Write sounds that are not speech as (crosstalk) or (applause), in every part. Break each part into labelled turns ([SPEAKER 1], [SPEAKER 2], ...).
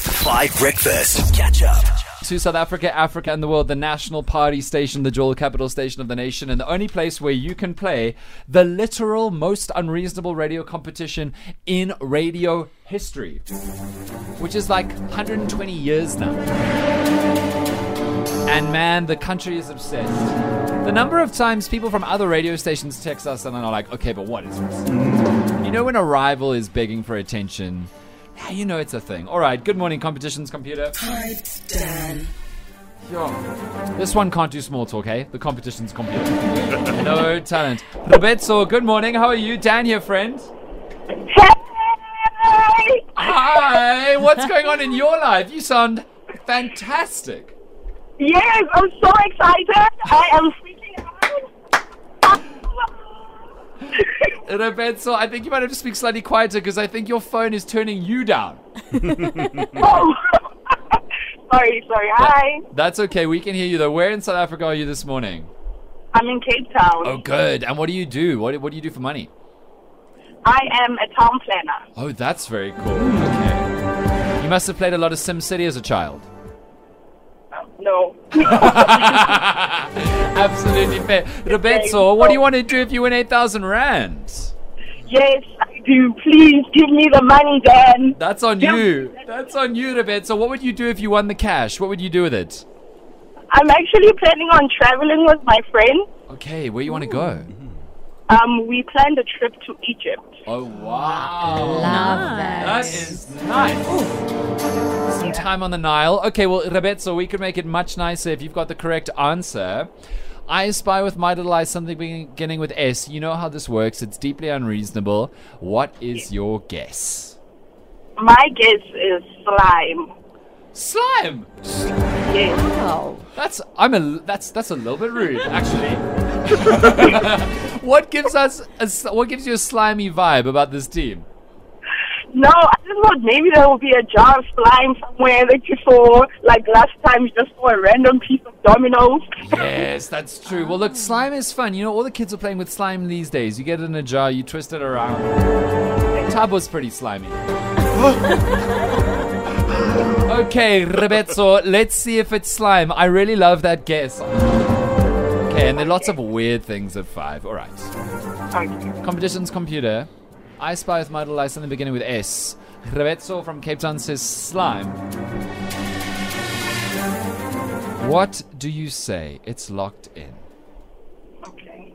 [SPEAKER 1] Five Breakfast. Catch up.
[SPEAKER 2] to South Africa, Africa, and the world, the national party station, the dual capital station of the nation, and the only place where you can play the literal most unreasonable radio competition in radio history, which is like 120 years now. And man, the country is obsessed. The number of times people from other radio stations text us and are like, okay, but what is this? You know, when a rival is begging for attention, yeah, you know it's a thing. All right, good morning, competitions computer. This one can't do small talk, hey? The competition's complete. (laughs) no talent. Roberto, good morning. How are you? Dan here, friend. Hi. What's going on in your life? You sound fantastic.
[SPEAKER 3] Yes, I'm so excited. I am freaking out.
[SPEAKER 2] Roberto, I think you might have to speak slightly quieter because I think your phone is turning you down.
[SPEAKER 3] oh. (laughs) sorry, sorry. Hi.
[SPEAKER 2] That's okay. We can hear you though. Where in South Africa are you this morning?
[SPEAKER 3] I'm in Cape Town.
[SPEAKER 2] Oh, good. And what do you do? What, what do you do for money?
[SPEAKER 3] I am a town planner.
[SPEAKER 2] Oh, that's very cool. Okay. You must have played a lot of SimCity as a child.
[SPEAKER 3] No.
[SPEAKER 2] Absolutely fair. Roberto, what do you want to do if you win 8,000 rands?
[SPEAKER 3] yes, I do. Please give me the money, Dan.
[SPEAKER 2] That's on you. That's on you, Roberto. What would you do if you won the cash? What would you do with it?
[SPEAKER 3] I'm actually planning on traveling with my friend.
[SPEAKER 2] Okay, where you want to go?
[SPEAKER 3] Um, we planned a trip to Egypt.
[SPEAKER 2] Oh, wow.
[SPEAKER 4] Love that.
[SPEAKER 2] That is nice. Some time on the Nile. Okay, well, Roberto, we could make it much nicer if you've got the correct answer. I spy with my little eyes something beginning with S. You know how this works. It's deeply unreasonable. What is your guess?
[SPEAKER 3] My guess is slime.
[SPEAKER 2] Slime.
[SPEAKER 3] Yes.
[SPEAKER 4] Wow.
[SPEAKER 2] That's I'm a that's that's a little bit rude actually. what gives us a, s- what gives you a slimy vibe about this team?
[SPEAKER 3] No, I just thought maybe there will be a jar of slime somewhere that you saw, like last time you just saw a random piece of dominoes.
[SPEAKER 2] Yes, that's true. Well, look, slime is fun. You know, all the kids are playing with slime these days. You get it in a jar, you twist it around. Tub was pretty slimy. okay, Rebezzo, let's see if it's slime. I really love that guess. Okay, and there are lots of weird things at five. All right. Competitions computer. I spy with my little eye something beginning with S. Rebezzo from Cape Town says slime. What do you say? It's locked in.
[SPEAKER 3] Okay.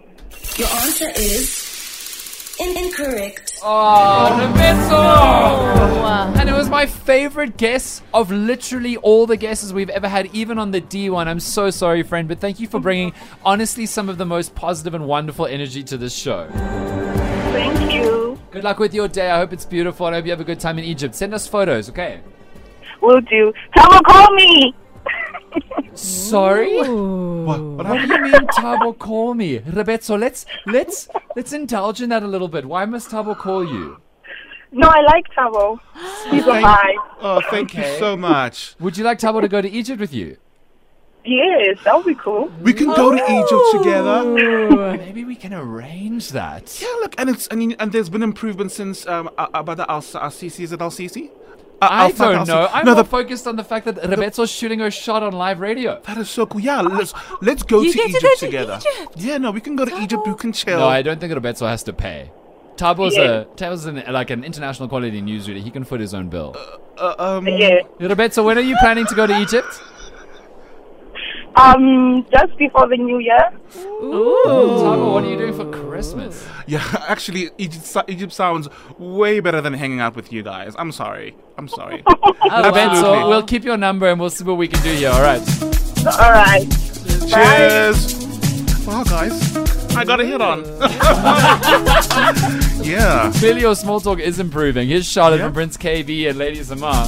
[SPEAKER 5] Your answer is in- incorrect.
[SPEAKER 2] Oh, Rebezzo!
[SPEAKER 4] Wow.
[SPEAKER 2] And it was my favorite guess of literally all the guesses we've ever had, even on the D1. I'm so sorry, friend, but thank you for bringing, honestly, some of the most positive and wonderful energy to this show.
[SPEAKER 3] Thank you.
[SPEAKER 2] Good luck with your day. I hope it's beautiful. and I hope you have a good time in Egypt. Send us photos, okay?
[SPEAKER 3] Will do. Tama, call me.
[SPEAKER 2] Sorry? What do you mean Tabo call me? Rebezzo, let's let's let's indulge in that a little bit. Why must Tabo call you?
[SPEAKER 3] No, I like Tavo. He's a vibe.
[SPEAKER 6] Oh, thank you so much.
[SPEAKER 2] Would you like Tabo to go to Egypt with you?
[SPEAKER 3] Yes, that would be cool.
[SPEAKER 6] We can go to Egypt
[SPEAKER 2] Oh.
[SPEAKER 6] together.
[SPEAKER 2] Maybe we can arrange that.
[SPEAKER 6] Yeah, look, and it's and, and there's been improvement since um uh, about the Al Sisi. Is it Al Sisi?
[SPEAKER 2] I don't know. I'm
[SPEAKER 6] no,
[SPEAKER 2] more
[SPEAKER 6] the,
[SPEAKER 2] focused on the fact that Rebezzo's shooting her shot on live radio.
[SPEAKER 6] that is so cool. Yeah, let's let's go
[SPEAKER 4] You
[SPEAKER 6] to
[SPEAKER 4] get to
[SPEAKER 6] Egypt
[SPEAKER 4] go to
[SPEAKER 6] together.
[SPEAKER 4] Egypt.
[SPEAKER 6] Yeah, no, we can go to Egypt. We can chill.
[SPEAKER 2] No, I don't think Rebezzo has to pay. Tabo's
[SPEAKER 3] Yeah.
[SPEAKER 2] a Tabo's an, like an international quality newsreader. He can foot his own bill.
[SPEAKER 6] uh, um,
[SPEAKER 3] Yeah.
[SPEAKER 2] Rebezzo, when are you planning to go to Egypt?
[SPEAKER 3] Um, just before the new year.
[SPEAKER 2] Tabo, what are you doing for Christmas?
[SPEAKER 6] yeah, (laughs) actually, Egypt so- Egypt sounds way better than hanging out with you guys. I'm sorry. I'm sorry.
[SPEAKER 2] Rebezzo,
[SPEAKER 6] Absolutely.
[SPEAKER 2] we'll keep your number and we'll see what we can do here. All right.
[SPEAKER 3] All right.
[SPEAKER 6] Cheers. Wow, guys, I got a hit on. (laughs) yeah.
[SPEAKER 2] Clearly, your small talk is improving. Here's Charlotte
[SPEAKER 6] Yeah.
[SPEAKER 2] from Prince KB and Lady Samar.